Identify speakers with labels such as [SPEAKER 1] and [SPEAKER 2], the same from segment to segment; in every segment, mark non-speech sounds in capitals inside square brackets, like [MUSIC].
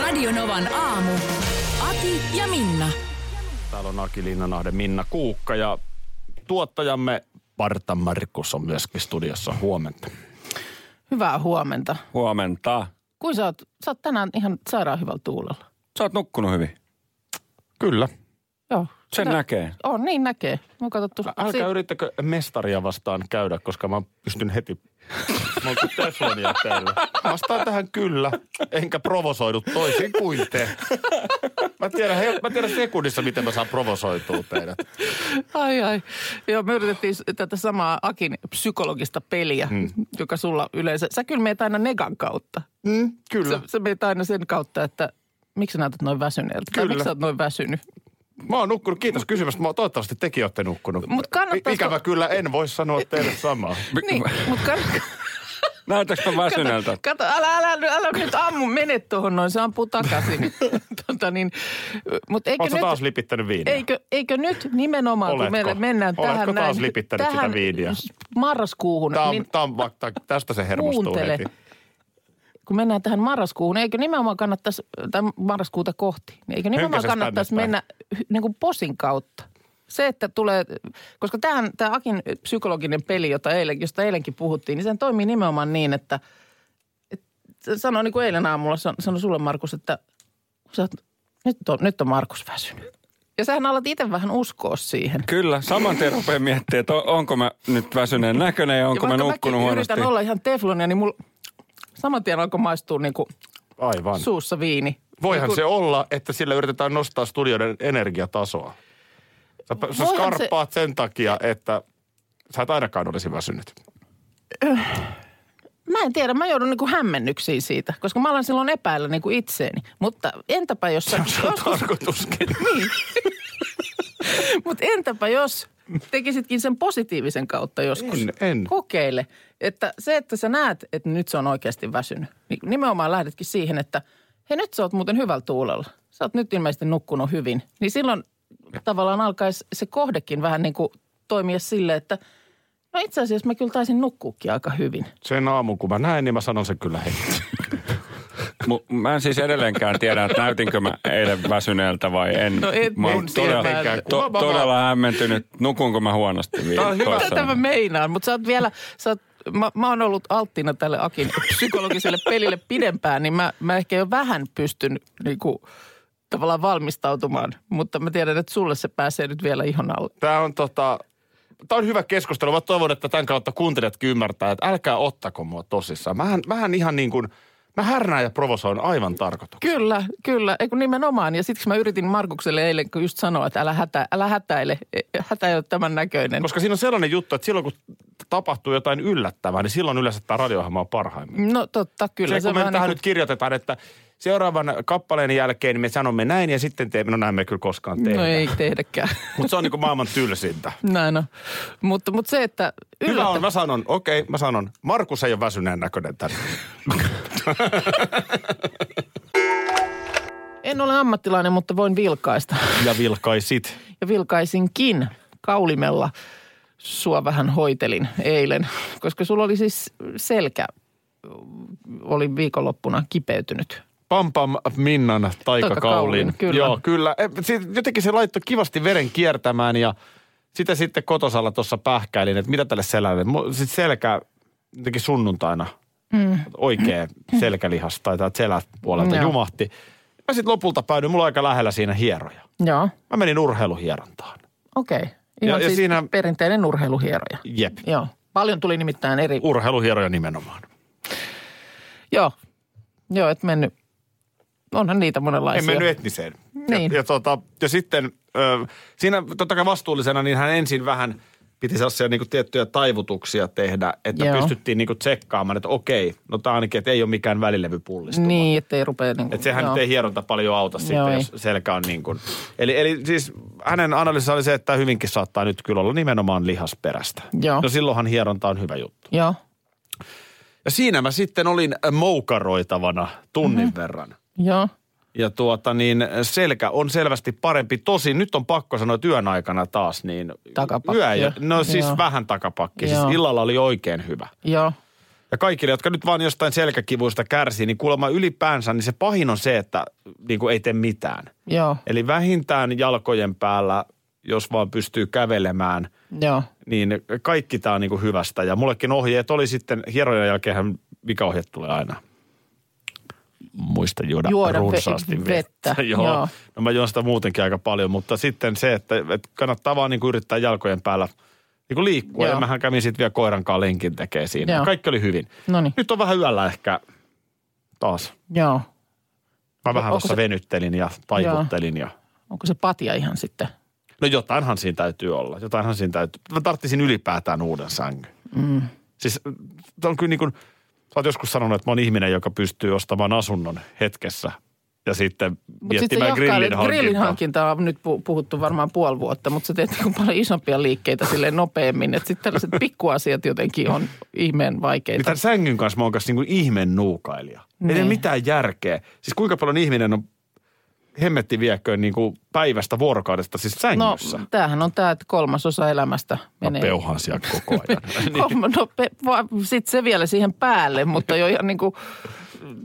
[SPEAKER 1] Radionovan aamu. Ati ja Minna.
[SPEAKER 2] Täällä on Aki Linnanahde, Minna Kuukka ja tuottajamme Parta Markus on myöskin studiossa. Huomenta.
[SPEAKER 3] Hyvää huomenta.
[SPEAKER 4] Huomenta.
[SPEAKER 3] Kuin sä oot, sä oot tänään ihan sairaan hyvällä tuulella.
[SPEAKER 4] Sä oot nukkunut hyvin.
[SPEAKER 2] Kyllä.
[SPEAKER 3] Joo.
[SPEAKER 4] Sen
[SPEAKER 3] Sitä-
[SPEAKER 4] näkee.
[SPEAKER 3] On, niin näkee. Mä katsottu.
[SPEAKER 2] Älkää yrittäkö mestaria vastaan käydä, koska mä pystyn heti... Mä oon kuin teflonia täällä. Vastaan tähän kyllä, enkä provosoidu toisin kuin te. Mä tiedän, hel- mä tiedän sekunnissa, miten mä saan provosoitua teidät.
[SPEAKER 3] Ai ai. Joo, me yritettiin s- tätä samaa Akin psykologista peliä, mm. joka sulla yleensä. Sä kyllä meet aina negan kautta.
[SPEAKER 2] Mm, kyllä.
[SPEAKER 3] Sä, sä meet aina sen kautta, että miksi sä näytät noin väsyneeltä. Tai
[SPEAKER 2] Kyllä.
[SPEAKER 3] miksi sä oot noin väsynyt.
[SPEAKER 2] Mä oon nukkunut, kiitos kysymästä. Mä oon, toivottavasti tekin ootte nukkunut.
[SPEAKER 3] Mut kannattaisiko-
[SPEAKER 2] I- Ikävä kyllä, en voi sanoa teille samaa.
[SPEAKER 3] [LAUGHS] Niin, mutta
[SPEAKER 4] [LAUGHS]
[SPEAKER 2] [LAUGHS]
[SPEAKER 4] Näytäks mä väsyneeltä?
[SPEAKER 3] Kato, älä, älä, älä, älä nyt ammu, mene tuohon noin, se
[SPEAKER 2] [LAUGHS]
[SPEAKER 3] ampuu takaisin. tota niin, mutta eikö
[SPEAKER 2] Oletko
[SPEAKER 3] nyt...
[SPEAKER 2] taas lipittänyt viiniä?
[SPEAKER 3] Eikö, eikö nyt nimenomaan,
[SPEAKER 2] Oletko?
[SPEAKER 3] kun meillä mennään
[SPEAKER 2] Oletko
[SPEAKER 3] tähän
[SPEAKER 2] taas
[SPEAKER 3] näin,
[SPEAKER 2] lipittänyt
[SPEAKER 3] tähän
[SPEAKER 2] sitä viiniä?
[SPEAKER 3] marraskuuhun,
[SPEAKER 2] Tämä on,
[SPEAKER 3] niin
[SPEAKER 2] tää on, fakta. tästä se hermostuu
[SPEAKER 3] kuuntele.
[SPEAKER 2] heti.
[SPEAKER 3] Kun mennään tähän marraskuuhun, niin eikö nimenomaan kannattaisi, tai marraskuuta kohti, niin eikö nimenomaan
[SPEAKER 2] Hynkäsessä
[SPEAKER 3] kannattaisi
[SPEAKER 2] tänne
[SPEAKER 3] mennä niin kuin posin kautta? Se, että tulee, koska tähän, tämä Akin psykologinen peli, jota eilen, josta eilenkin puhuttiin, niin sen toimii nimenomaan niin, että, että sanoi niin kuin eilen aamulla, san- sanoi sulle Markus, että sä oot, nyt, on, nyt on Markus väsynyt. Ja sähän alat itse vähän uskoa siihen.
[SPEAKER 4] Kyllä, saman tien rupeaa miettimään, että on- onko mä nyt väsyneen näköinen ja onko
[SPEAKER 3] ja
[SPEAKER 4] mä
[SPEAKER 3] vaikka
[SPEAKER 4] nukkunut
[SPEAKER 3] mäkin
[SPEAKER 4] huonosti.
[SPEAKER 3] yritän olla ihan teflonia, niin mulla saman tien alkoi maistua niinku
[SPEAKER 2] Aivan.
[SPEAKER 3] suussa viini.
[SPEAKER 2] Voihan
[SPEAKER 3] Niinku-
[SPEAKER 2] se olla, että sillä yritetään nostaa studioiden energiatasoa. Sä, pä- sä
[SPEAKER 3] Voihan
[SPEAKER 2] skarppaat sen takia, että sä et ainakaan olisi väsynyt.
[SPEAKER 3] Mä en tiedä, mä joudun niinku hämmennyksiin siitä, koska mä alan silloin epäillä niinku itseeni. Mutta entäpä jos... Sä, joskus,
[SPEAKER 2] Tarkoituskin.
[SPEAKER 3] [LAUGHS] mutta entäpä jos tekisitkin sen positiivisen kautta joskus?
[SPEAKER 2] En, en.
[SPEAKER 3] Kokeile. Että se, että sä näet, että nyt se on oikeasti väsynyt, niin nimenomaan lähdetkin siihen, että hei nyt sä oot muuten hyvällä tuulella. Sä oot nyt ilmeisesti nukkunut hyvin. Niin silloin tavallaan alkaisi se kohdekin vähän niin kuin toimia sille, että no itse asiassa mä kyllä taisin nukkuukin aika hyvin.
[SPEAKER 2] Sen aamun, kun mä näen, niin mä sanon sen kyllä heti.
[SPEAKER 4] Mu- Mä en siis edelleenkään tiedä, että näytinkö mä eilen väsyneeltä vai en.
[SPEAKER 3] No et
[SPEAKER 4] mä oon
[SPEAKER 3] mun
[SPEAKER 4] todella,
[SPEAKER 3] tietenkään.
[SPEAKER 4] to,
[SPEAKER 2] Kuva vaan.
[SPEAKER 4] todella hämmentynyt, nukunko mä huonosti
[SPEAKER 2] Tää on hyvä.
[SPEAKER 4] toissa
[SPEAKER 3] Tätä mä
[SPEAKER 4] yönä.
[SPEAKER 3] meinaan, mutta sä oot vielä, sä oot, mä, mä oon ollut alttina tälle Akin psykologiselle pelille pidempään, niin mä, mä ehkä jo vähän pystyn niinku, tavallaan valmistautumaan, mutta mä tiedän, että sulle se pääsee nyt vielä ihon alle.
[SPEAKER 2] Tämä on tota... Tämä on hyvä keskustelu. Mä toivon, että tämän kautta kuuntelijatkin ymmärtää, että älkää ottako mua tosissaan. Mähän, mähän ihan niin kuin, mä härnään ja provosoin aivan tarkoituksella.
[SPEAKER 3] Kyllä, kyllä, ei kun nimenomaan. Ja siksi mä yritin Markukselle eilen kun just sanoa, että älä, hätä, älä hätäile, E- hätä ei ole tämän näköinen.
[SPEAKER 2] Koska siinä on sellainen juttu, että silloin kun tapahtuu jotain yllättävää, niin silloin yleensä tämä radioohjelma on parhaimmillaan.
[SPEAKER 3] No totta, kyllä.
[SPEAKER 2] Kyllä, se, kun me
[SPEAKER 3] vähän
[SPEAKER 2] tähän
[SPEAKER 3] niinku-
[SPEAKER 2] nyt kirjoitetaan, että seuraavan kappaleen jälkeen me sanomme näin ja sitten teemme, no näin me ei kyllä koskaan tehdä.
[SPEAKER 3] No ei tehdäkään. [LAUGHS]
[SPEAKER 2] Mutta se on niinku maailman tylsintä.
[SPEAKER 3] Näin on. Mutta, mutta se, että
[SPEAKER 2] Hyvä
[SPEAKER 3] yllättä-
[SPEAKER 2] on, mä sanon, okei, mä sanon, Markus ei ole väsyneen näköinen tänne.
[SPEAKER 3] en ole ammattilainen, mutta voin vilkaista.
[SPEAKER 2] Ja vilkaisit.
[SPEAKER 3] ja vilkaisinkin kaulimella sua vähän hoitelin eilen, koska sulla oli siis selkä, oli viikonloppuna kipeytynyt.
[SPEAKER 2] Pam pam Minnan
[SPEAKER 3] Taikakaulin,
[SPEAKER 2] taikakaulin.
[SPEAKER 3] kyllä.
[SPEAKER 2] Joo, kyllä. E, sit- Jotenkin se laittoi kivasti veren kiertämään ja sitä sitten kotosalla tuossa pähkäilin, että mitä tälle selälle. Mu- Sit selkä jotenkin sunnuntaina mm. oikea selkälihas tai täältä seläpuolelta
[SPEAKER 3] Joo.
[SPEAKER 2] jumahti. Mä sitten lopulta päädyin, mulla on aika lähellä siinä hieroja.
[SPEAKER 3] Joo,
[SPEAKER 2] Mä menin urheiluhierontaan.
[SPEAKER 3] okei. Okay. Ihan
[SPEAKER 2] Ja- ja
[SPEAKER 3] siis siinä...
[SPEAKER 2] siinä-
[SPEAKER 3] perinteinen urheiluhieroja.
[SPEAKER 2] Jep.
[SPEAKER 3] Joo, paljon tuli nimittäin eri. U-
[SPEAKER 2] Urheiluhieroja nimenomaan.
[SPEAKER 3] Joo, joo, et mennyt. Onhan niitä
[SPEAKER 2] En
[SPEAKER 3] monenlaisia.
[SPEAKER 2] mennyt etniseen.
[SPEAKER 3] Niin.
[SPEAKER 2] Ja, ja, tota, ja sitten ö, siinä totta kai vastuullisena, niin hän ensin vähän piti sellaisia niin kuin tiettyjä taivutuksia tehdä, että
[SPEAKER 3] Joo.
[SPEAKER 2] Joo. pystyttiin niin kuin tsekkaamaan, että okei, no tämä ainakin, että ei ole mikään välilevypullistuma.
[SPEAKER 3] Niin, ettei rupea niin
[SPEAKER 2] Että sehän nyt ei hieronta paljon auta sitten,
[SPEAKER 3] Joo, ei.
[SPEAKER 2] jos selkä on niin kuin. Eli, eli siis hänen analyysinsa oli se, että tää hyvinkin saattaa nyt kyllä olla nimenomaan lihasperästä.
[SPEAKER 3] Joo.
[SPEAKER 2] No silloinhan hieronta on hyvä juttu.
[SPEAKER 3] Joo.
[SPEAKER 2] Ja siinä mä sitten olin moukaroitavana tunnin
[SPEAKER 3] Mhm.
[SPEAKER 2] mm-hmm. verran.
[SPEAKER 3] Joo.
[SPEAKER 2] Ja tuota niin, selkä on selvästi parempi. Tosin nyt on pakko sanoa että yön aikana taas, niin
[SPEAKER 3] Takapakkia.
[SPEAKER 2] yö ja, no siis
[SPEAKER 3] Joo.
[SPEAKER 2] vähän takapakki. Siis
[SPEAKER 3] Joo.
[SPEAKER 2] illalla oli oikein hyvä.
[SPEAKER 3] Joo.
[SPEAKER 2] Ja kaikille, jotka nyt vaan jostain selkäkivuista kärsii, niin kuulemma ylipäänsä, niin se pahin on se, että niin kuin ei tee mitään.
[SPEAKER 3] Joo.
[SPEAKER 2] Eli vähintään jalkojen päällä, jos vaan pystyy kävelemään,
[SPEAKER 3] Joo.
[SPEAKER 2] niin kaikki tämä on niin kuin hyvästä. Ja mullekin ohjeet oli sitten, hierojen jälkeen mikä ohje tulee aina? Muista juoda,
[SPEAKER 3] Juoda
[SPEAKER 2] juoda
[SPEAKER 3] ve-
[SPEAKER 2] runsaasti vettä. [LAUGHS]
[SPEAKER 3] vettä,
[SPEAKER 2] Joo.
[SPEAKER 3] joo.
[SPEAKER 2] Joo. No mä juon sitä muutenkin aika paljon, mutta sitten se, että, että kannattaa vaan niin kuin yrittää jalkojen päällä niin kuin liikkua.
[SPEAKER 3] Joo.
[SPEAKER 2] Joo. Ja mähän kävin sitten vielä koirankaan lenkin tekee siinä.
[SPEAKER 3] Joo.
[SPEAKER 2] Joo. Kaikki oli hyvin.
[SPEAKER 3] Noniin.
[SPEAKER 2] Nyt on vähän yöllä ehkä taas.
[SPEAKER 3] No niin, Joo.
[SPEAKER 2] Mä vähän
[SPEAKER 3] Onko
[SPEAKER 2] tuossa
[SPEAKER 3] se-
[SPEAKER 2] venyttelin ja taivuttelin ja
[SPEAKER 3] Onko se patja ihan sitten?
[SPEAKER 2] No jotainhan siinä täytyy olla, jotainhan siinä täytyy. Mä tarttisin ylipäätään uuden sängyn. Mm. Siis tää on kyllä niin kuin, sä oot joskus sanonut, että mä oon ihminen, joka pystyy ostamaan asunnon hetkessä ja sitten
[SPEAKER 3] Mut sit se
[SPEAKER 2] miettimään
[SPEAKER 3] jahkailee-
[SPEAKER 2] grillin hankintaa.
[SPEAKER 3] grillin hankintaa on nyt pu- puhuttu varmaan puoli vuotta, mutta sä teet [LAUGHS] niin paljon isompia liikkeitä silleen nopeammin. Että
[SPEAKER 2] [LAUGHS]
[SPEAKER 3] sitten tällaiset pikkuasiat jotenkin on ihmeen
[SPEAKER 2] Niin
[SPEAKER 3] vaikeita.
[SPEAKER 2] tämän sängyn kanssa mä oon kanssa niin kuin ihmeen nuukailija. Niin. Ei ole
[SPEAKER 3] Niin.
[SPEAKER 2] mitään järkeä. Siis kuinka paljon ihminen on hemmetti vieköön niin kuin päivästä vuorokaudesta siis
[SPEAKER 3] No,
[SPEAKER 2] sängyssä. No,
[SPEAKER 3] tämähän on tämä, että kolmasosa elämästä
[SPEAKER 2] mä
[SPEAKER 3] menee.
[SPEAKER 2] peuhaan siellä koko ajan.
[SPEAKER 3] [LAUGHS] Kolma, no, pe, va, sit se vielä siihen päälle, mutta jo ihan niin kuin,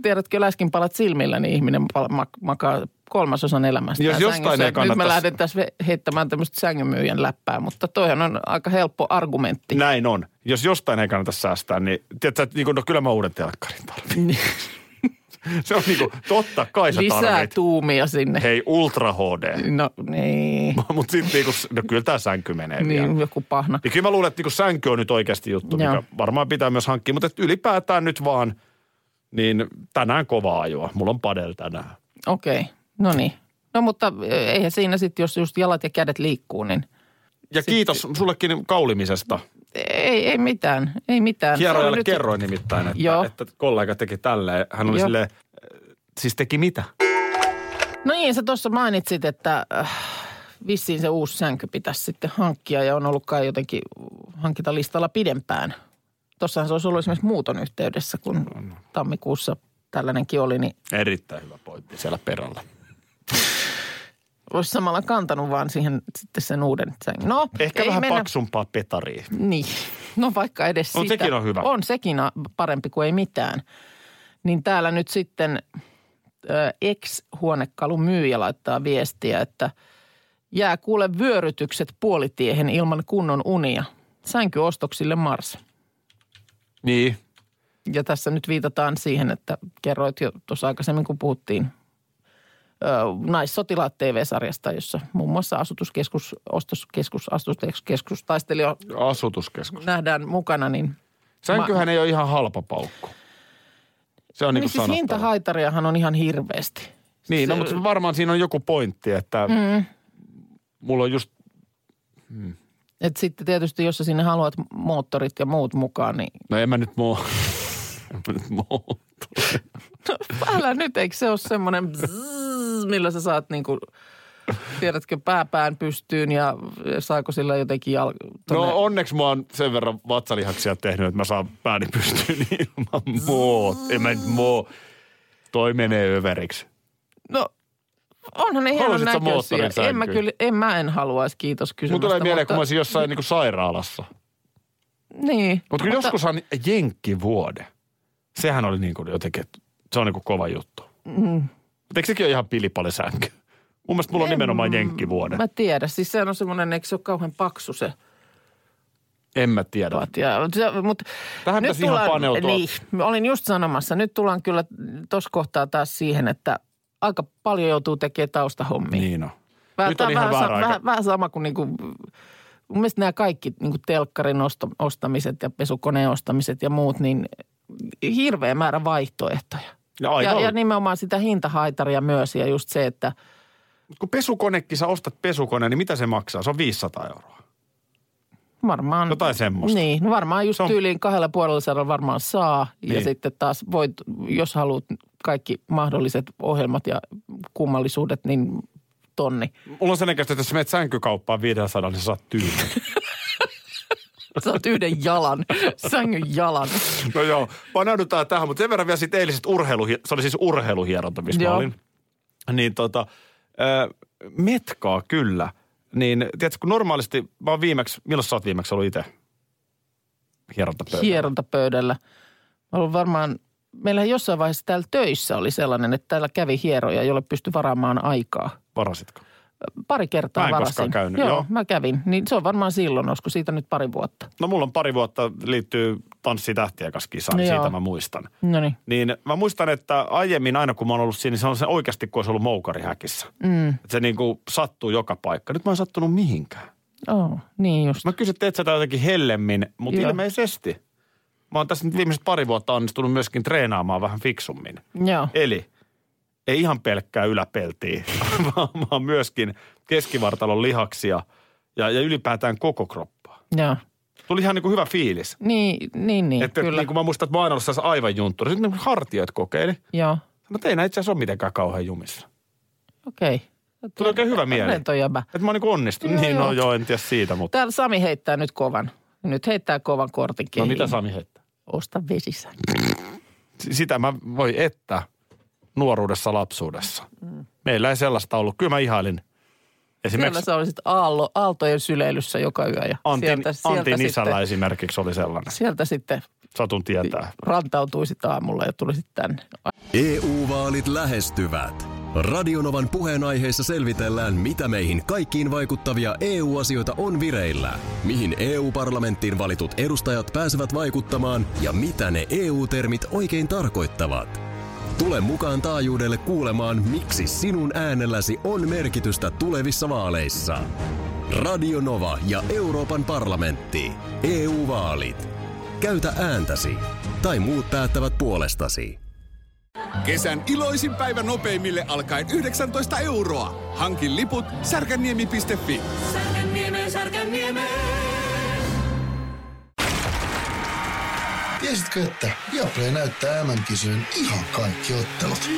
[SPEAKER 3] tiedätkö, läskin palat silmillä, niin ihminen pal- mak- makaa kolmasosan elämästä.
[SPEAKER 2] Jos jostain ei
[SPEAKER 3] Nyt me
[SPEAKER 2] kannattaisi-
[SPEAKER 3] lähden tässä ve- heittämään tämmöistä sängynmyyjän läppää, mutta toihan on aika helppo argumentti.
[SPEAKER 2] Näin on. Jos jostain ei kannata säästää, niin, tiedätkö, että, niin kuin, no kyllä mä uuden telkkarin tarvitsen. [LAUGHS] se on niin kuin, totta kai sä
[SPEAKER 3] Niin. Lisää
[SPEAKER 2] tarvit.
[SPEAKER 3] tuumia sinne.
[SPEAKER 2] Hei, Ultra [LAUGHS] HD.
[SPEAKER 3] No niin,
[SPEAKER 2] Mutta sitten niin kuin, no kyllä tämä sänky menee niin. vielä.
[SPEAKER 3] niin joku pahna.
[SPEAKER 2] Ja kyllä mä luulen, että niin kuin, sänky on nyt oikeasti juttu, mikä
[SPEAKER 3] Joo.
[SPEAKER 2] varmaan pitää myös hankkia. Mutta et ylipäätään nyt vaan, niin tänään kovaa ajoa. Mulla on padel tänään.
[SPEAKER 3] Okei, no niin. No mutta ö, eihän siinä sitten, jos just jalat ja kädet liikkuu, niin
[SPEAKER 2] Ja kiitos sullekin kaulimisesta.
[SPEAKER 3] ei, ei mitään, ei mitään. Se on
[SPEAKER 2] Hierojalle
[SPEAKER 3] nyt-
[SPEAKER 2] kerroin nimittäin,
[SPEAKER 3] Joo.
[SPEAKER 2] että, että kollega teki tälleen. Hän oli
[SPEAKER 3] Joo.
[SPEAKER 2] silleen, äh, siis teki mitä?
[SPEAKER 3] No niin, sä tuossa mainitsit, että äh, vissiin se uusi sänky pitäisi sitten hankkia ja on ollut kai jotenkin hankintalistalla pidempään. Tossahan se olisi ollut esimerkiksi muuton yhteydessä, kun tammikuussa tällainenkin oli, niin
[SPEAKER 2] Erittäin hyvä pointti siellä perällä.
[SPEAKER 3] olisi samalla kantanut vaan siihen sitten sen uuden sängyn. No,
[SPEAKER 2] Ehkä
[SPEAKER 3] ei
[SPEAKER 2] vähän
[SPEAKER 3] mennä.
[SPEAKER 2] paksumpaa petaria.
[SPEAKER 3] Niin, no vaikka edes
[SPEAKER 2] On
[SPEAKER 3] sitä.
[SPEAKER 2] sekin on hyvä.
[SPEAKER 3] On sekin a- parempi kuin ei mitään. Niin täällä nyt sitten ö, ex-huonekalun myyjä laittaa viestiä, että jää kuule vyörytykset puolitiehen ilman kunnon unia. Sänkyostoksille Mars.
[SPEAKER 2] Niin.
[SPEAKER 3] Ja tässä nyt viitataan siihen, että kerroit jo tuossa aikaisemmin, kun puhuttiin ö, naissotilaat TV-sarjasta, jossa muun muassa asutuskeskus, ostoskeskus, asutuskeskus, taistelija
[SPEAKER 2] Asutuskeskus.
[SPEAKER 3] nähdään mukana, niin
[SPEAKER 2] Sänkyhän ei ole ihan halpa paukku. Se on niin
[SPEAKER 3] niin
[SPEAKER 2] kuin
[SPEAKER 3] siis
[SPEAKER 2] sanottava.
[SPEAKER 3] hintahaitariahan on ihan hirveästi.
[SPEAKER 2] Niin, no, mutta varmaan siinä on joku pointti, että mm. mulla on just,
[SPEAKER 3] Et sitten tietysti, jos sä sinne haluat moottorit ja muut mukaan, niin
[SPEAKER 2] no en mä nyt muu. [LAUGHS] en mä nyt muu.
[SPEAKER 3] älä nyt, eikö se ole semmoinen bzzz, millä sä saat niinku, tiedätkö, pääpään pystyyn ja saako sillä jotenkin jal... tonne-
[SPEAKER 2] No onneksi mä oon sen verran vatsalihaksia tehnyt, että mä saan pääni pystyyn [LAUGHS] ilman muut. En mä nyt muu. Toi menee överiksi.
[SPEAKER 3] no onhan ne hienon
[SPEAKER 2] Haluaisitko
[SPEAKER 3] näköisiä.
[SPEAKER 2] moottorin
[SPEAKER 3] En mä
[SPEAKER 2] sänkyyn?
[SPEAKER 3] kyllä, en mä en haluaisi, kiitos kysymästä.
[SPEAKER 2] Mun tulee mieleen,
[SPEAKER 3] mutta-
[SPEAKER 2] kun mä olisin jossain niin kuin sairaalassa.
[SPEAKER 3] Niin.
[SPEAKER 2] Mutta kyllä joskushan jenkkivuode, sehän oli niin kuin jotenkin, että se on niin kuin kova juttu. Mm. Mutta eikö sekin ole ihan pilipali sänky? Mun mielestä mulla on nimenomaan jenkkivuode.
[SPEAKER 3] Mä tiedä, siis sehän on semmoinen, eikö se ole kauhean paksu se
[SPEAKER 2] En mä tiedä.
[SPEAKER 3] patja. Se, mut
[SPEAKER 2] Tähän
[SPEAKER 3] nyt
[SPEAKER 2] pitäisi ihan paneutua.
[SPEAKER 3] Niin, mä olin just sanomassa. Nyt tullaan kyllä tuossa kohtaa taas siihen, että aika paljon joutuu tekemään taustahommia.
[SPEAKER 2] Niin on.
[SPEAKER 3] Vähän-
[SPEAKER 2] Nyt
[SPEAKER 3] tää
[SPEAKER 2] on ihan
[SPEAKER 3] vähän,
[SPEAKER 2] väärä aika.
[SPEAKER 3] vähän, vähän sama kuin niinku, mun mielestä nämä kaikki niinku telkkarin osto, ostamiset ja pesukoneen ostamiset ja muut, niin hirveä määrä vaihtoehtoja.
[SPEAKER 2] Ja, aivan.
[SPEAKER 3] ja, ja nimenomaan sitä hintahaitaria myös ja just se, että
[SPEAKER 2] niin Kun pesukonekin, sä ostat pesukoneen, niin mitä se maksaa? Se on 500 euroa.
[SPEAKER 3] Varmaan.
[SPEAKER 2] Jotain semmoista.
[SPEAKER 3] Niin, no varmaan just
[SPEAKER 2] Se on-
[SPEAKER 3] tyyliin kahdella puolella sadalla varmaan saa. Niin. Ja
[SPEAKER 2] Niin.
[SPEAKER 3] sitten taas voit, jos haluat kaikki mahdolliset ohjelmat ja kummallisuudet, niin tonni.
[SPEAKER 2] Mulla on sen näköistä, että jos sä menet sänkykauppaan 500, niin sä saat tyyli.
[SPEAKER 3] Saat yhden
[SPEAKER 2] [LAUGHS]
[SPEAKER 3] jalan, sängyn jalan.
[SPEAKER 2] No joo, paneudutaan tähän, mutta sen verran vielä siitä eilisestä urheilu, se oli siis urheiluhieronta, missä
[SPEAKER 3] Joo.
[SPEAKER 2] mä olin. Niin tota, ö, metkaa kyllä. Niin tiedätkö, kun normaalisti, mä oon viimeksi, milloin sä oot viimeksi ollut itse hierontapöydällä?
[SPEAKER 3] Hierontapöydällä. Mä olen varmaan, meillä jossain vaiheessa täällä töissä oli sellainen, että täällä kävi hieroja, jolle pystyi varaamaan aikaa.
[SPEAKER 2] Varasitko?
[SPEAKER 3] Pari kertaa
[SPEAKER 2] Mä en
[SPEAKER 3] varasin.
[SPEAKER 2] koskaan käynyt,
[SPEAKER 3] Joo,
[SPEAKER 2] joo.
[SPEAKER 3] mä kävin. Niin se on varmaan silloin, olisiko siitä nyt pari vuotta.
[SPEAKER 2] No mulla on pari vuotta liittyy tanssitähtien kanssa kisaan, niin
[SPEAKER 3] Joo.
[SPEAKER 2] siitä mä muistan.
[SPEAKER 3] No niin.
[SPEAKER 2] Niin mä muistan, että aiemmin aina kun mä oon ollut siinä, niin se on se oikeasti, kun olisi ollut moukarihäkissä. Mm. Että se niin kuin sattuu joka paikka. Nyt mä en sattunut mihinkään.
[SPEAKER 3] Oh, niin just.
[SPEAKER 2] Mä kysyn, teet sä tätä jotenkin hellemmin, mutta
[SPEAKER 3] Joo.
[SPEAKER 2] ilmeisesti. Mä oon tässä nyt viimeiset pari vuotta onnistunut myöskin treenaamaan vähän fiksummin.
[SPEAKER 3] Joo.
[SPEAKER 2] Eli ei ihan pelkkää yläpeltiä, [LAUGHS] vaan mä oon myöskin keskivartalon lihaksia ja, ja ylipäätään koko kroppaa.
[SPEAKER 3] Joo.
[SPEAKER 2] Tuli ihan niin kuin hyvä fiilis.
[SPEAKER 3] Niin, niin, niin
[SPEAKER 2] Että
[SPEAKER 3] kyllä.
[SPEAKER 2] niin kuin mä muistan, että mä oon aina ollut sellaisessa aivan junttura. Sitten niin hartiat kokeili.
[SPEAKER 3] Joo,
[SPEAKER 2] No ei nää itse asiassa ole mitenkään kauhean jumissa.
[SPEAKER 3] okei. Okay.
[SPEAKER 2] Tuli oikein hyvä mieli.
[SPEAKER 3] Rento jäbä.
[SPEAKER 2] Että mä oon niin kuin onnistunut.
[SPEAKER 3] Joo,
[SPEAKER 2] niin, no
[SPEAKER 3] joo.
[SPEAKER 2] joo, en tiedä siitä, mutta.
[SPEAKER 3] Täällä Sami heittää nyt kovan. Nyt heittää kovan kortin
[SPEAKER 2] No
[SPEAKER 3] kehiin.
[SPEAKER 2] mitä Sami heittää?
[SPEAKER 3] Osta vesissä.
[SPEAKER 2] sitä mä voi että nuoruudessa, lapsuudessa. Meillä ei sellaista ollut. Kyllä mä ihailin. Esimerkiksi
[SPEAKER 3] Siellä sä olisit aallo, aaltojen syleilyssä joka yö. Ja
[SPEAKER 2] Antin,
[SPEAKER 3] sieltä, sieltä
[SPEAKER 2] Antin isällä
[SPEAKER 3] sitten,
[SPEAKER 2] esimerkiksi oli sellainen.
[SPEAKER 3] Sieltä sitten
[SPEAKER 2] Satun
[SPEAKER 3] No
[SPEAKER 2] tietää.
[SPEAKER 3] rantautuisit aamulla ja tulisit tänne.
[SPEAKER 5] EU-vaalit E lähestyvät. Radionovan puheenaiheessa selvitellään, mitä meihin kaikkiin vaikuttavia EU-asioita on vireillä, mihin EU-parlamenttiin valitut edustajat pääsevät vaikuttamaan ja mitä ne EU-termit oikein tarkoittavat. Tule mukaan taajuudelle kuulemaan, miksi sinun äänelläsi on merkitystä tulevissa vaaleissa. Radio Nova ja Euroopan parlamentti. EU-vaalit. Käytä ääntäsi. Tai muut päättävät puolestasi.
[SPEAKER 6] Kesän iloisin päivä nopeimille alkaen 19 euroa. Hankin liput särkänniemi.fi.
[SPEAKER 7] Tiesitkö, että Viaplay näyttää MM-kisojen ihan kaikki ottelut?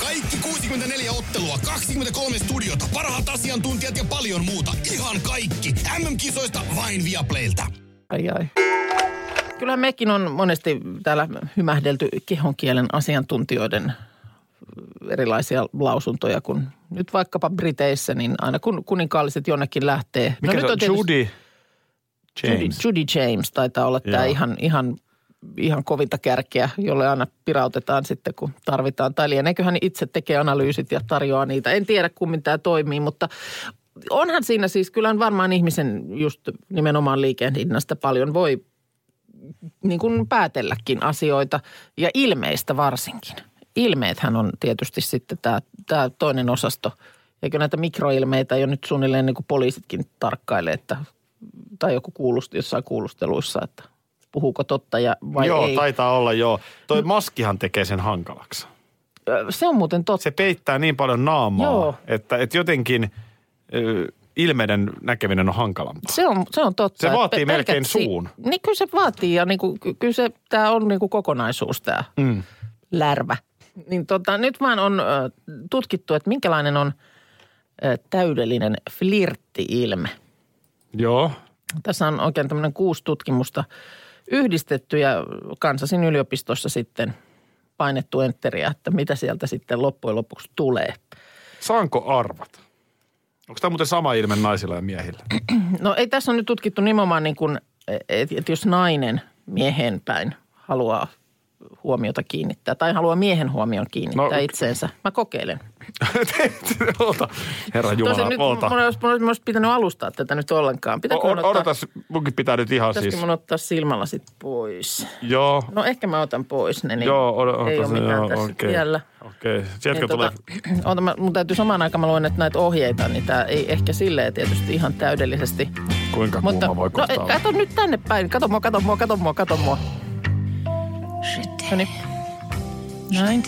[SPEAKER 6] Kaikki 64 ottelua, 23 studiota, parhaat asiantuntijat ja paljon muuta. Ihan kaikki. MM-kisoista vain Viaplaylta.
[SPEAKER 3] Ai ai. Kyllähän mekin on monesti täällä hymähdelty kehonkielen asiantuntijoiden erilaisia lausuntoja, kun nyt vaikkapa Briteissä, niin aina kun kuninkaalliset jonnekin lähtee. No
[SPEAKER 2] Mikä
[SPEAKER 3] nyt
[SPEAKER 2] se on?
[SPEAKER 3] on tietysti-
[SPEAKER 2] Judy
[SPEAKER 3] Judy,
[SPEAKER 2] James.
[SPEAKER 3] Judy James taitaa olla tämä
[SPEAKER 2] Joo.
[SPEAKER 3] ihan, ihan, ihan kovinta kärkeä, jolle aina pirautetaan sitten, kun tarvitaan. Tai lieneeköhän hän itse tekee analyysit ja tarjoaa niitä. En tiedä, kummin tämä toimii, mutta onhan siinä siis, kyllä on varmaan ihmisen just nimenomaan liikehdinnästä paljon voi niin kuin päätelläkin asioita ja ilmeistä varsinkin. Ilmeethän on tietysti sitten tämä, tämä toinen osasto. Eikö näitä mikroilmeitä jo nyt suunnilleen niin kuin poliisitkin tarkkailee, että, tai joku kuulusti jossain kuulusteluissa, että puhuuko totta ja vai
[SPEAKER 2] joo,
[SPEAKER 3] ei.
[SPEAKER 2] taitaa olla joo. Toi maskihan tekee sen hankalaksi.
[SPEAKER 3] Ö, Se on muuten totta.
[SPEAKER 2] Se peittää niin paljon naamaa,
[SPEAKER 3] Joo.
[SPEAKER 2] että, että jotenkin ö, ilmeiden näkeminen on hankalampaa.
[SPEAKER 3] Se on, se on totta.
[SPEAKER 2] Se
[SPEAKER 3] että
[SPEAKER 2] vaatii
[SPEAKER 3] pelkät
[SPEAKER 2] melkein
[SPEAKER 3] si-
[SPEAKER 2] suun.
[SPEAKER 3] Niin kyllä se vaatii ja niin kuin, ky- kyllä se, tämä on niin kuin kokonaisuus tämä mm. lärvä. Niin tota, nyt vaan on ö, tutkittu, että minkälainen on ö, täydellinen flirtti-ilme.
[SPEAKER 2] Joo.
[SPEAKER 3] Tässä on oikein tämmöinen kuusi tutkimusta yhdistetty ja Kansasin yliopistossa sitten painettu enteriä, että mitä sieltä sitten loppujen lopuksi tulee.
[SPEAKER 2] Saanko arvata? Onko tämä muuten sama ilme naisilla ja miehillä?
[SPEAKER 3] No ei tässä on nyt tutkittu nimenomaan niin kuin, että et jos nainen miehen päin haluaa huomiota kiinnittää tai haluaa miehen huomion kiinnittää
[SPEAKER 2] No,
[SPEAKER 3] no, itseensä. Mä kokeilen.
[SPEAKER 2] [LAUGHS] Ota, herra Jumala,
[SPEAKER 3] nyt
[SPEAKER 2] ota.
[SPEAKER 3] mun olisi, mun olisi myös pitänyt alustaa tätä nyt ollenkaan. Pitääkö
[SPEAKER 2] O- siis.
[SPEAKER 3] mun
[SPEAKER 2] o-
[SPEAKER 3] ottaa,
[SPEAKER 2] Odotas, munkin pitää nyt ihan siis.
[SPEAKER 3] pitäisikö mun ottaa silmälasit pois?
[SPEAKER 2] Joo,
[SPEAKER 3] No ehkä mä otan pois ne, niin
[SPEAKER 2] joo, odotas.
[SPEAKER 3] ei ole mitään
[SPEAKER 2] joo,
[SPEAKER 3] tässä
[SPEAKER 2] okei.
[SPEAKER 3] vielä.
[SPEAKER 2] Okei, sieltä
[SPEAKER 3] Niin,
[SPEAKER 2] tulee.
[SPEAKER 3] [CLEARS THROAT] oota, mä, mun täytyy samaan aikaan, mä luen että näitä ohjeita, niin tää ei ehkä silleen tietysti ihan täydellisesti.
[SPEAKER 2] Kuinka
[SPEAKER 3] Mutta,
[SPEAKER 2] kuuma voi kohta
[SPEAKER 3] no,
[SPEAKER 2] olla?
[SPEAKER 3] kato nyt tänne päin. Kato mua, kato mua, kato mua, kato mua. No niin. Näin.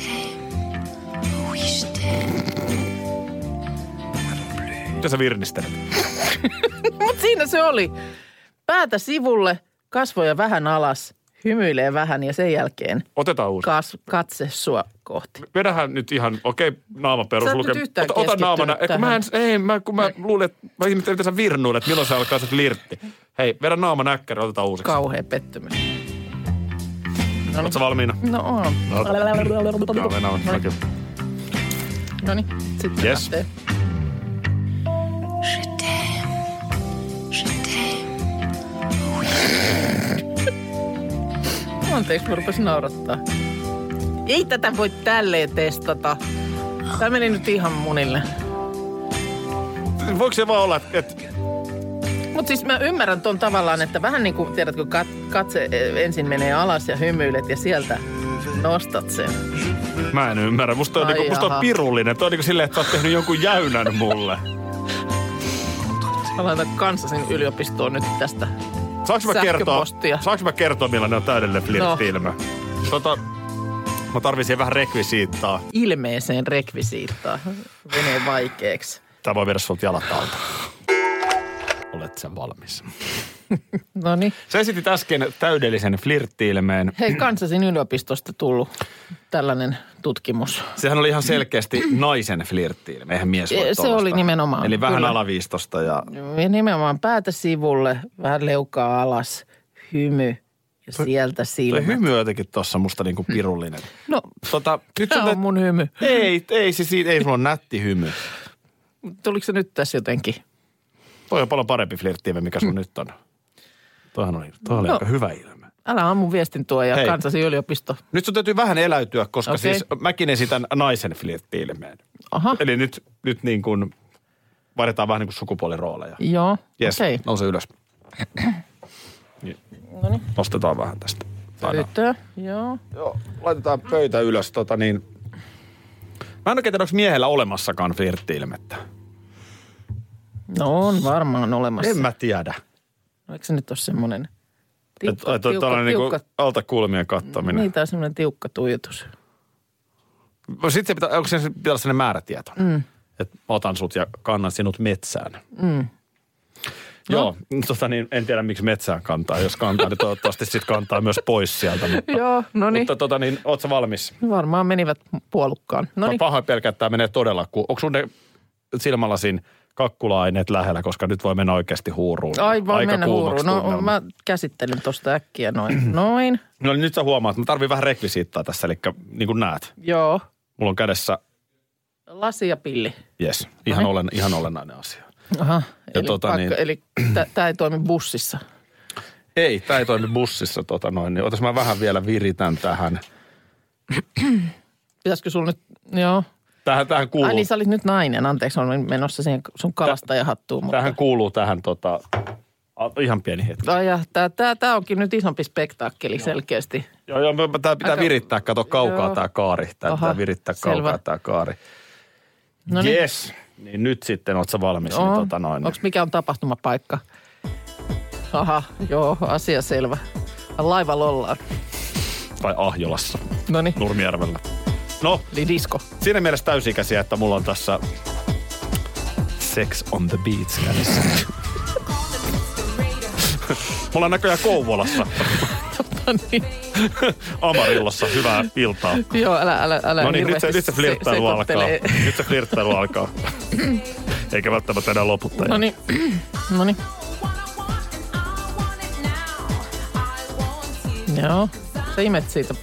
[SPEAKER 2] Mitä sä virnistelet?
[SPEAKER 3] Mutta siinä se oli. Päätä sivulle, kasvoja vähän alas, hymyilee vähän ja sen jälkeen
[SPEAKER 2] Otetaan uusi.
[SPEAKER 3] kas, katse sua kohti.
[SPEAKER 2] Vedähän nyt ihan, okei, naama
[SPEAKER 3] Sä et
[SPEAKER 2] perusluke.
[SPEAKER 3] nyt yhtään
[SPEAKER 2] Ota, ota naamana. Ei, kun
[SPEAKER 3] keskittynyt Niin.
[SPEAKER 2] mä en, ei, mä, kun mä
[SPEAKER 3] Näin.
[SPEAKER 2] luulin, että mä ihmettelin, mitä sä virnuilet, että milloin se alkaa se flirtti. Hei, vedä naama näkkäri, otetaan uusiksi.
[SPEAKER 3] Kauhea pettymys.
[SPEAKER 2] Oletko valmiina?
[SPEAKER 3] No on.
[SPEAKER 2] No, Joo, mennään,
[SPEAKER 3] No
[SPEAKER 2] okei.
[SPEAKER 3] niin, sitten
[SPEAKER 2] Yes.
[SPEAKER 3] lähtee. [LAUGHS] Anteeksi, mä rupesin naurattaa. Ei tätä voi tälleen testata. Tämä meni nyt ihan munille.
[SPEAKER 2] Voiko se vaan olla, että et,
[SPEAKER 3] Mutta siis mä ymmärrän ton tavallaan, että vähän niin kuin, tiedätkö, kat- katse eh, ensin menee alas ja hymyilet ja sieltä nostat sen.
[SPEAKER 2] mä en ymmärrä. Musta on,
[SPEAKER 3] Ai
[SPEAKER 2] niinku, musta on
[SPEAKER 3] jaha.
[SPEAKER 2] pirullinen. Toi on niinku silleen, että sä oot tehnyt jonkun jäynän mulle.
[SPEAKER 3] Mä laitan kansasin yliopistoon nyt tästä.
[SPEAKER 2] Saanko mä kertoa,
[SPEAKER 3] Sähköpostia. No.
[SPEAKER 2] saanko mä kertoa millainen on täydellinen flirtti-ilme? Tota, mä tarvitsin vähän rekvisiittaa.
[SPEAKER 3] Ilmeeseen rekvisiittaa. Menee vaikeaksi.
[SPEAKER 2] Tää voi viedä sulta jalat alta. Olet sen valmis.
[SPEAKER 3] No niin.
[SPEAKER 2] Sä esitit äsken täydellisen flirtti-ilmeen.
[SPEAKER 3] Hei, kansasin yliopistosta tullut tällainen tutkimus.
[SPEAKER 2] Sehän oli ihan selkeästi naisen flirtti-ilme. Eihän mies voi
[SPEAKER 3] E, Se
[SPEAKER 2] tollasta.
[SPEAKER 3] oli nimenomaan,
[SPEAKER 2] Eli vähän
[SPEAKER 3] kyllä.
[SPEAKER 2] alaviistosta ja...
[SPEAKER 3] Ja nimenomaan päätä sivulle, vähän leukaa alas, hymy ja sieltä
[SPEAKER 2] Toi
[SPEAKER 3] silmä.
[SPEAKER 2] hymy on jotenkin tossa musta niinku pirullinen.
[SPEAKER 3] No,
[SPEAKER 2] Tota, nyt
[SPEAKER 3] tämä
[SPEAKER 2] sun
[SPEAKER 3] on
[SPEAKER 2] tä-
[SPEAKER 3] mun hymy.
[SPEAKER 2] Ei, ei, siis siitä, ei sulla on nätti hymy.
[SPEAKER 3] Tuliko se nyt tässä jotenkin?
[SPEAKER 2] Toi on paljon parempi flirttiilme, mikä sun nyt on. Toihan oli, toi oli
[SPEAKER 3] Hmm. No.
[SPEAKER 2] aika hyvä ilme.
[SPEAKER 3] Älä ammu viestin tuo ja
[SPEAKER 2] Hei.
[SPEAKER 3] kansasin yliopisto.
[SPEAKER 2] Nyt sun täytyy vähän eläytyä, koska okay.
[SPEAKER 3] Okei. Ah.
[SPEAKER 2] siis mäkin esitän naisen flirtti-ilmeen.
[SPEAKER 3] Aha,
[SPEAKER 2] Eli nyt, nyt niin kuin vaihdetaan vähän niin kuin sukupuolirooleja.
[SPEAKER 3] joo.
[SPEAKER 2] Jes,
[SPEAKER 3] Okei,
[SPEAKER 2] nouse ylös.
[SPEAKER 3] [CLEARS THROAT]
[SPEAKER 2] Noniin. Nostetaan vähän tästä. Aina.
[SPEAKER 3] tyttö, joo.
[SPEAKER 2] Joo, laitetaan pöytä ylös. Tota niin. Mä en oikein tiedä, onko miehellä olemassakaan flirtti-ilmettä.
[SPEAKER 3] No on varmaan olemassa.
[SPEAKER 2] En mä tiedä.
[SPEAKER 3] Eikö se nyt ole semmoinen
[SPEAKER 2] Että
[SPEAKER 3] tiukka,
[SPEAKER 2] et,
[SPEAKER 3] tiukka,
[SPEAKER 2] tiukka, niinku
[SPEAKER 3] tiukka,
[SPEAKER 2] alta kulmien kattaminen.
[SPEAKER 3] niin, tai semmoinen tiukka tuijotus.
[SPEAKER 2] Sitten se pitää, onko se pitää olla sellainen määrätieto? Mm. Että otan sut ja kannan sinut metsään. Mm. Joo,
[SPEAKER 3] No.
[SPEAKER 2] [LAUGHS] tota niin, en tiedä miksi metsään kantaa. Jos kantaa, niin toivottavasti sit kantaa myös pois sieltä. Mutta,
[SPEAKER 3] Joo, no niin.
[SPEAKER 2] mutta tota niin, oot sä valmis?
[SPEAKER 3] Varmaan menivät puolukkaan. No
[SPEAKER 2] Mä
[SPEAKER 3] niin,
[SPEAKER 2] pahoin pelkään, että tämä menee todella ku... Onko sun ne silmälasin kakkulaineet lähellä, koska nyt voi mennä oikeasti huuruun.
[SPEAKER 3] ai voi
[SPEAKER 2] Aika
[SPEAKER 3] mennä
[SPEAKER 2] kuumaksi
[SPEAKER 3] huuruun. No
[SPEAKER 2] tunnelma.
[SPEAKER 3] mä käsittelin tosta äkkiä noin. [CLEARS THROAT] Noin,
[SPEAKER 2] no niin nyt sä huomaat, että mä tarvin vähän rekvisiittaa tässä, eli niin kuin näet.
[SPEAKER 3] joo.
[SPEAKER 2] Mulla on kädessä,
[SPEAKER 3] Lasi ja pilli.
[SPEAKER 2] jes, ihan, olen, ihan olennainen asia.
[SPEAKER 3] Aha,
[SPEAKER 2] Ja
[SPEAKER 3] eli,
[SPEAKER 2] tota
[SPEAKER 3] pakko-
[SPEAKER 2] niin-
[SPEAKER 3] eli tämä ei toimi bussissa.
[SPEAKER 2] Ei, tämä ei toimi bussissa tota noin, niin otas mä vähän vielä viritän tähän.
[SPEAKER 3] Pitäisikö sulla nyt, joo.
[SPEAKER 2] Tähän, tähän kuuluu,
[SPEAKER 3] Ai niin, sä olit nyt nainen. Anteeksi, olen menossa siihen sun kalastajahattuun. Mutta...
[SPEAKER 2] tähän kuuluu tähän tota, a- ihan pieni hetki.
[SPEAKER 3] Ai ja, tää, tää, tää onkin nyt isompi spektaakkeli selkeästi.
[SPEAKER 2] Joo, joo, tämä pitää
[SPEAKER 3] Aika-
[SPEAKER 2] virittää, kato kaukaa
[SPEAKER 3] joo.
[SPEAKER 2] tämä kaari. Tämä
[SPEAKER 3] Aha,
[SPEAKER 2] pitää virittää
[SPEAKER 3] selvä.
[SPEAKER 2] kaukaa tämä kaari.
[SPEAKER 3] No niin.
[SPEAKER 2] Yes. Niin nyt sitten, oot sä valmis? Niin,
[SPEAKER 3] Oon.
[SPEAKER 2] tota noin.
[SPEAKER 3] Onks mikä on tapahtumapaikka? Aha, joo, asia selvä. Laivalla ollaan.
[SPEAKER 2] Tai Ahjolassa,
[SPEAKER 3] No niin,
[SPEAKER 2] Nurmijärvellä. No,
[SPEAKER 3] eli disko.
[SPEAKER 2] siinä mielessä täysikäisiä, että mulla on tässä Sex on the Beach kädessä. mulla on näköjään Kouvolassa,
[SPEAKER 3] [LAUGHS] Tota niin.
[SPEAKER 2] Amarillossa. Hyvää iltaa.
[SPEAKER 3] Joo, älä, älä, älä
[SPEAKER 2] No niin, nyt se,
[SPEAKER 3] hirveästi
[SPEAKER 2] nyt se flirttailu
[SPEAKER 3] se-
[SPEAKER 2] alkaa.
[SPEAKER 3] sekoittelee.
[SPEAKER 2] Nyt se flirttailu
[SPEAKER 3] [LAUGHS]
[SPEAKER 2] alkaa. Eikä välttämättä enää loputtaa.
[SPEAKER 3] No niin, [CLEARS THROAT] no niin. Joo, sä imet siitä.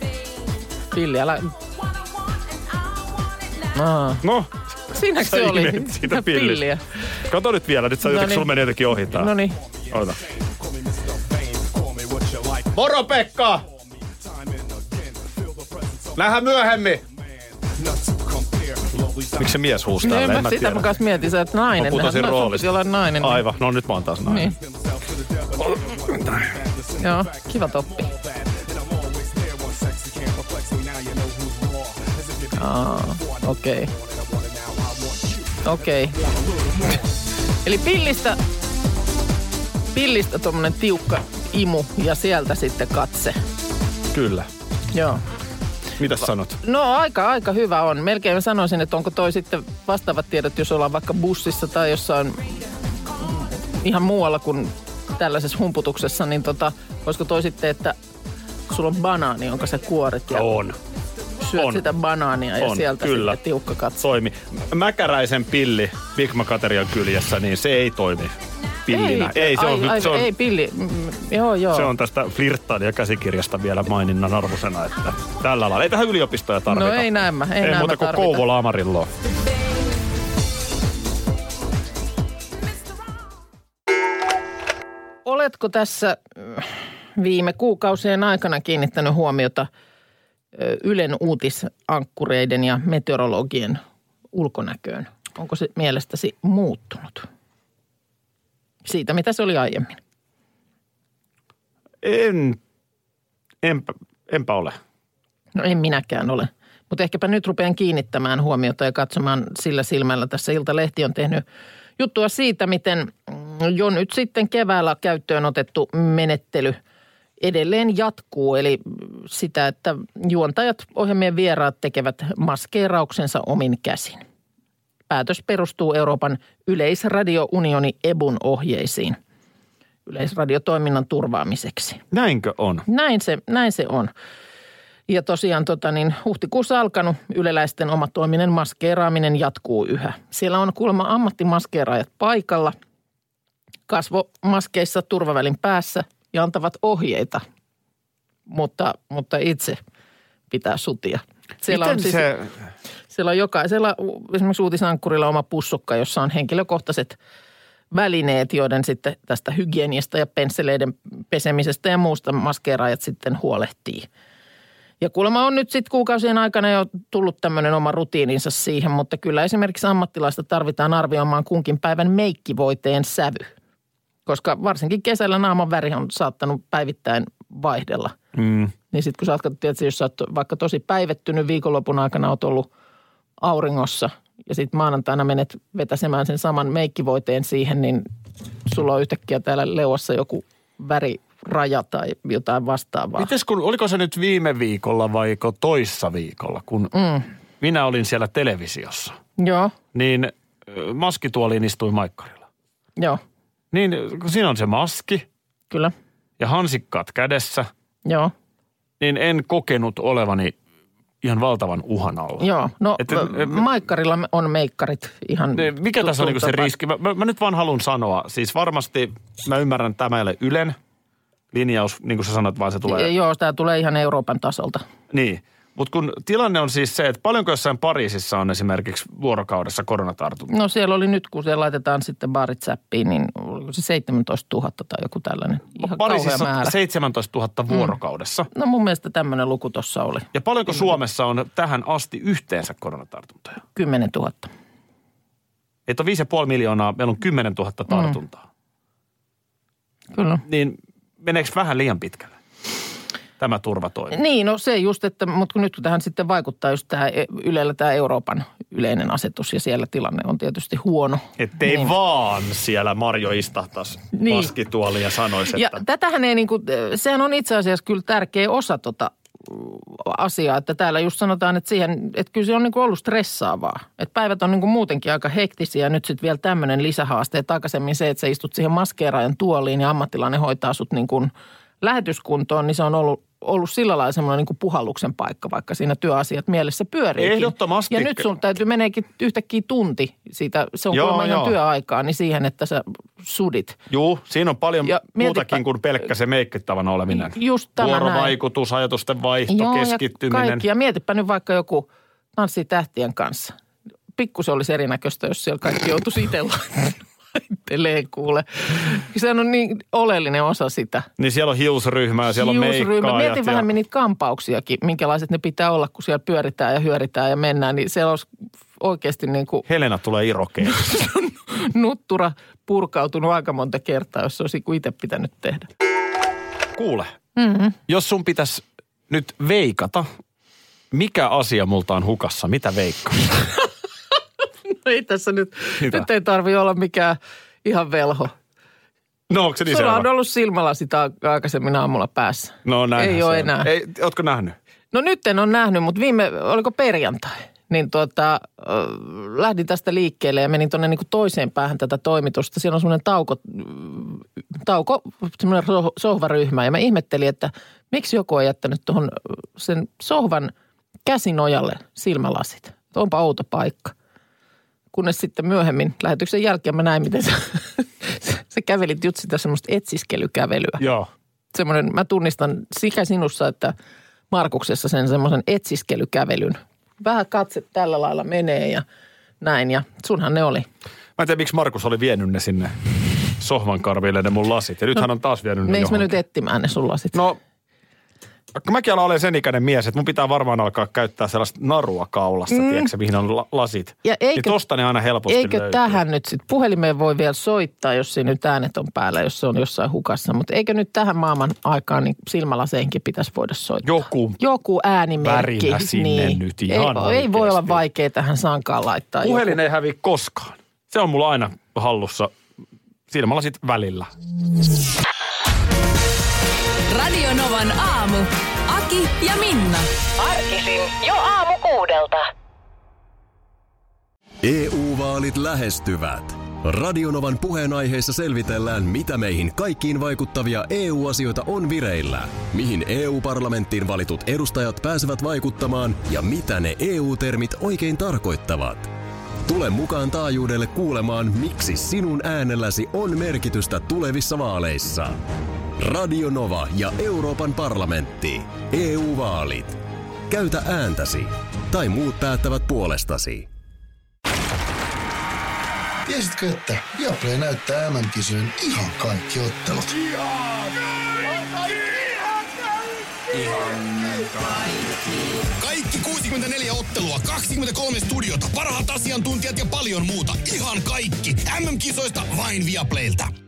[SPEAKER 3] Pilli, älä... Aa,
[SPEAKER 2] No,
[SPEAKER 3] siinäkö
[SPEAKER 2] Sä
[SPEAKER 3] se oli?
[SPEAKER 2] imet siitä pillistä.
[SPEAKER 3] Pilliä.
[SPEAKER 2] kato nyt vielä. Nyt sä
[SPEAKER 3] No
[SPEAKER 2] jotenkin,
[SPEAKER 3] niin.
[SPEAKER 2] sulla meni jotenkin ohi tää.
[SPEAKER 3] No niin.
[SPEAKER 2] Oota. Moro Pekka! Nähdään myöhemmin! Miksi se mies huusi
[SPEAKER 3] No
[SPEAKER 2] täällä?
[SPEAKER 3] en
[SPEAKER 2] En
[SPEAKER 3] mä sitä
[SPEAKER 2] tiedä.
[SPEAKER 3] mä kanssa mietin, sä oot nainen.
[SPEAKER 2] Mä putosin
[SPEAKER 3] Hän- no, sun
[SPEAKER 2] roolista.
[SPEAKER 3] piti olla nainen.
[SPEAKER 2] Aivan, no nyt mä oon taas nainen.
[SPEAKER 3] Niin. Joo, kiva toppi. Aa, Ah, okei. Okay. Okei. Okay. Eli pillistä, pillistä tuommoinen tiukka imu ja sieltä sitten katse.
[SPEAKER 2] Kyllä.
[SPEAKER 3] Joo.
[SPEAKER 2] Mitä sanot?
[SPEAKER 3] No aika, aika hyvä on. Melkein mä sanoisin, että onko toi sitten vastaavat tiedot, jos ollaan vaikka bussissa tai jossain ihan muualla kuin tällaisessa humputuksessa, niin tota, olisiko toi sitten, että sulla on banaani, jonka sä kuoret ja
[SPEAKER 2] On.
[SPEAKER 3] syöt
[SPEAKER 2] on.
[SPEAKER 3] sitä banaania ja
[SPEAKER 2] On,
[SPEAKER 3] sieltä
[SPEAKER 2] kyllä.
[SPEAKER 3] sitten tiukka katso.
[SPEAKER 2] Soimi. Mäkäräisen pilli Big Macaterian kyljessä, niin se ei toimi pillinä. Ei, se, on,
[SPEAKER 3] ai, ai,
[SPEAKER 2] se, on,
[SPEAKER 3] ei pilli. Mm, joo, joo.
[SPEAKER 2] se on tästä flirttailija käsikirjasta vielä maininnan arvoisena, että tällä lailla. Ei tähän yliopistoja tarvita.
[SPEAKER 3] No ei näin mä,
[SPEAKER 2] ei
[SPEAKER 3] ei näin
[SPEAKER 2] muuta
[SPEAKER 3] mä
[SPEAKER 2] kuin
[SPEAKER 3] tarvita.
[SPEAKER 2] Kouvola Amarilloa.
[SPEAKER 3] Oletko tässä mm, viime kuukausien aikana kiinnittänyt huomiota ö, Ylen uutisankkureiden ja meteorologien ulkonäköön? Onko se mielestäsi muuttunut siitä, mitä se oli aiemmin?
[SPEAKER 2] En, enpä, enpä ole.
[SPEAKER 3] No en minäkään ole. Mutta ehkäpä nyt rupean kiinnittämään huomiota ja katsomaan sillä silmällä. Tässä Iltalehti on tehnyt juttua siitä, miten mm, jo nyt sitten keväällä käyttöön otettu menettely edelleen jatkuu. Eli mm, sitä, että juontajat, ohjelmien vieraat tekevät maskeerauksensa omin käsin. Päätös perustuu Euroopan yleisradiounioni EBUn ohjeisiin yleisradiotoiminnan turvaamiseksi.
[SPEAKER 2] Näinkö on?
[SPEAKER 3] Näin se, näin se on. Ja tosiaan tota, niin, huhtikuussa alkanut yleläisten omatoiminen maskeeraaminen jatkuu yhä. Siellä on kuulemma ammattimaskeeraajat paikalla, kasvomaskeissa turvavälin päässä ja antavat ohjeita, mutta, mutta itse pitää sutia. Siellä
[SPEAKER 2] Miten
[SPEAKER 3] on, siis,
[SPEAKER 2] se,
[SPEAKER 3] siellä on jokaisella, u- esimerkiksi uutisankkurilla oma pussukka, jossa on henkilökohtaiset välineet, joiden sitten tästä hygieniasta ja pensseleiden pesemisestä ja muusta maskeeraajat sitten huolehtii. Ja kuulemma on nyt sitten kuukausien aikana jo tullut tämmöinen oma rutiininsa siihen, mutta kyllä esimerkiksi ammattilaista tarvitaan arvioimaan kunkin päivän meikkivoiteen sävy. Koska varsinkin kesällä naaman väri on saattanut päivittäin vaihdella.
[SPEAKER 2] mm,
[SPEAKER 3] Niin sitten kun sä oot, katsottu, tietysti, jos sä oot vaikka tosi päivettynyt viikonlopun aikana, oot ollut auringossa ja sitten maanantaina menet vetäsemään sen saman meikkivoiteen siihen, niin sulla on yhtäkkiä täällä leuassa joku väriraja tai jotain vastaavaa.
[SPEAKER 2] mites kun, oliko se nyt viime viikolla vai toissa viikolla, kun mm. minä olin siellä televisiossa,
[SPEAKER 3] Joo,
[SPEAKER 2] niin ö, maskituoliin istuin maikkarilla.
[SPEAKER 3] joo,
[SPEAKER 2] Niin kun siinä on se maski
[SPEAKER 3] kyllä,
[SPEAKER 2] ja hansikkaat kädessä,
[SPEAKER 3] joo,
[SPEAKER 2] niin en kokenut olevani ihan valtavan uhan alla.
[SPEAKER 3] joo. No
[SPEAKER 2] Et-
[SPEAKER 3] Et,
[SPEAKER 2] et-
[SPEAKER 3] maikkarilla on meikkarit ihan
[SPEAKER 2] Ne, Mikä tässä on
[SPEAKER 3] tuttuun
[SPEAKER 2] niinku se
[SPEAKER 3] tapaan.
[SPEAKER 2] riski? Mä, mä, mä nyt vaan haluan sanoa, siis varmasti mä ymmärrän, että tämä ei ole Ylen linjaus, niin kuin sä sanoit, vaan se tulee.
[SPEAKER 3] Joo, tämä tulee ihan Euroopan tasolta.
[SPEAKER 2] Niin, mutta kun tilanne on siis se, että paljonko jossain Pariisissa on esimerkiksi vuorokaudessa koronatartuntoja?
[SPEAKER 3] No siellä oli nyt, kun siellä laitetaan sitten baarit säppiin, niin oliko se 17 000 tai joku tällainen. Ihan kauhea
[SPEAKER 2] No, Pariisissa
[SPEAKER 3] määrä.
[SPEAKER 2] 17 000 vuorokaudessa. Mm.
[SPEAKER 3] No mun mielestä tämmöinen luku tuossa oli.
[SPEAKER 2] Ja paljonko Suomessa on tähän asti yhteensä koronatartuntoja?
[SPEAKER 3] 10 000.
[SPEAKER 2] Että on 5,5 miljoonaa, meillä on 10 000
[SPEAKER 3] Mm.
[SPEAKER 2] tartuntaa.
[SPEAKER 3] Kyllä.
[SPEAKER 2] Niin meneekö vähän liian pitkälle tämä turvatoimi?
[SPEAKER 3] Niin, no se just, että, mutta kun nyt kun tähän sitten vaikuttaa just tähän e- Ylellä tämä Euroopan yleinen asetus ja siellä tilanne on tietysti huono.
[SPEAKER 2] Ettei niin. vaan siellä Marjo istahtaisi niin.
[SPEAKER 3] Niin.
[SPEAKER 2] maskituoliin ja sanoisi,
[SPEAKER 3] Ja
[SPEAKER 2] että...
[SPEAKER 3] tätähän ei niin kuin, sehän on itse asiassa kyllä tärkeä osa tota mm, asiaa, että täällä just sanotaan, että siihen, että kyllä se on niin kuin ollut stressaavaa. Että päivät on niin kuin muutenkin aika hektisiä ja nyt sitten vielä tämmöinen lisähaaste, että aikaisemmin se, että sä istut siihen maskeeraajan tuoliin ja ammattilainen hoitaa sut niin kuin lähetyskuntoon, niin se on ollut ollut sillä lailla semmoinen niin kuin puhalluksen paikka, vaikka siinä työasiat mielessä pyörii.
[SPEAKER 2] Ehdottomasti.
[SPEAKER 3] Ja nyt sun täytyy meneekin yhtäkkiä tunti siitä, se on
[SPEAKER 2] Joo,
[SPEAKER 3] joo, kuulemma ihan
[SPEAKER 2] joo.
[SPEAKER 3] työaikaa, niin siihen, että sä sudit.
[SPEAKER 2] Juu, siinä on paljon
[SPEAKER 3] Ja
[SPEAKER 2] muutakin
[SPEAKER 3] mietipä-
[SPEAKER 2] kuin pelkkä se meikkitavana oleminen.
[SPEAKER 3] Just tämä näin.
[SPEAKER 2] Vuorovaikutus, näin. ajatusten vaihto, Joo,
[SPEAKER 3] Ja
[SPEAKER 2] keskittyminen.
[SPEAKER 3] kaikki. Ja mietipä nyt vaikka joku tanssi tähtien kanssa. Pikku se olisi erinäköistä, jos siellä kaikki joutuisi itse laittelee kuule. Se on niin oleellinen osa sitä.
[SPEAKER 2] Niin siellä on hiusryhmää, siellä on
[SPEAKER 3] Hiusryhmä.
[SPEAKER 2] meikkaajat.
[SPEAKER 3] Mietin
[SPEAKER 2] ja...
[SPEAKER 3] vähän niitä kampauksiakin, minkälaiset ne pitää olla, kun siellä pyöritään ja hyöritään ja mennään. Niin siellä olisi oikeasti niin kuin
[SPEAKER 2] Helena tulee irokeen.
[SPEAKER 3] [LAUGHS] nuttura purkautunut aika monta kertaa, jos se olisi niin kuin itse pitänyt tehdä. [LAUGHS]
[SPEAKER 2] Kuule, mm-hmm. jos sun pitäisi nyt veikata, mikä asia multa on hukassa, mitä veikkaa? [LAUGHS]
[SPEAKER 3] No ei tässä nyt,
[SPEAKER 2] Hyvä.
[SPEAKER 3] nyt ei tarvi olla mikään ihan velho.
[SPEAKER 2] No onko se niin
[SPEAKER 3] Sulla
[SPEAKER 2] selvä?
[SPEAKER 3] on ollut silmälasit a- aikaisemmin aamulla päässä.
[SPEAKER 2] No näinhän
[SPEAKER 3] Ei ole
[SPEAKER 2] se on.
[SPEAKER 3] enää.
[SPEAKER 2] Ei, ootko nähnyt?
[SPEAKER 3] No nyt en ole nähnyt, mutta viime, oliko perjantai? Niin tuota, ö, lähdin tästä liikkeelle ja menin tuonne niinku toiseen päähän tätä toimitusta. Siellä on semmoinen tauko, mm, tauko semmoinen soh- sohvaryhmä ja mä ihmettelin, että miksi joku on jättänyt tuohon sen sohvan käsinojalle silmälasit. Onpa outo paikka. Kunnes sitten myöhemmin lähetyksen jälkeen mä näin, miten sä, [LAUGHS] sä kävelit just sitä semmoista etsiskelykävelyä
[SPEAKER 2] Joo.
[SPEAKER 3] semmoinen, mä tunnistan sekä sinussa että Markuksessa sen semmoisen etsiskelykävelyn. Vähän katse tällä lailla menee ja näin ja sunhan ne oli.
[SPEAKER 2] Mä en tiedä, miksi Markus oli vienyt ne sinne sohvan karville ne mun lasit. Ja nyt hän on taas vienyt ne
[SPEAKER 3] No, Meiks me
[SPEAKER 2] johonkin.
[SPEAKER 3] nyt etsimään ne sulla sitten?
[SPEAKER 2] No, kun mäkin alan olen sen ikäinen mies, että mun pitää varmaan alkaa käyttää sellaista narua kaulassa, mm. tiedätkö, mihin on la- lasit.
[SPEAKER 3] Ja eikö-
[SPEAKER 2] niin tosta ne aina helposti
[SPEAKER 3] Eikö
[SPEAKER 2] löytyy.
[SPEAKER 3] tähän nyt sitten, puhelimeen voi vielä soittaa, jos siinä nyt äänet on päällä, jos se on jossain hukassa, mutta eikö nyt tähän maailman aikaan niin silmälaseinkin pitäisi voida soittaa?
[SPEAKER 2] Joku.
[SPEAKER 3] Joku äänimerkki.
[SPEAKER 2] Värinä sinne
[SPEAKER 3] niin.
[SPEAKER 2] nyt
[SPEAKER 3] ei,
[SPEAKER 2] ihan
[SPEAKER 3] ei voi olla
[SPEAKER 2] oikeesti.
[SPEAKER 3] vaikea tähän sankaan laittaa. joku.
[SPEAKER 2] Puhelin ei häviä koskaan. Se on mulla aina hallussa silmälasit välillä.
[SPEAKER 1] Radio Novan aamu. Aki ja Minna.
[SPEAKER 8] Arkisin jo aamu kuudelta.
[SPEAKER 5] EU-vaalit E lähestyvät. Radionovan puheenaiheessa selvitellään, mitä meihin kaikkiin vaikuttavia EU-asioita on vireillä, mihin EU-parlamenttiin valitut edustajat pääsevät vaikuttamaan ja mitä ne EU-termit oikein tarkoittavat. Tule mukaan taajuudelle kuulemaan, miksi sinun äänelläsi on merkitystä tulevissa vaaleissa. Radio Nova ja Euroopan parlamentti. EU-vaalit. Käytä ääntäsi. Tai muut päättävät puolestasi.
[SPEAKER 7] Tiesitkö, että Viaplay näyttää MM-kisojen ihan kaikki ottelut?
[SPEAKER 6] Kaikki 64 ottelua, 23 studiota, parhaat asiantuntijat ja paljon muuta. Ihan kaikki. MM-kisoista vain Viaplaylta.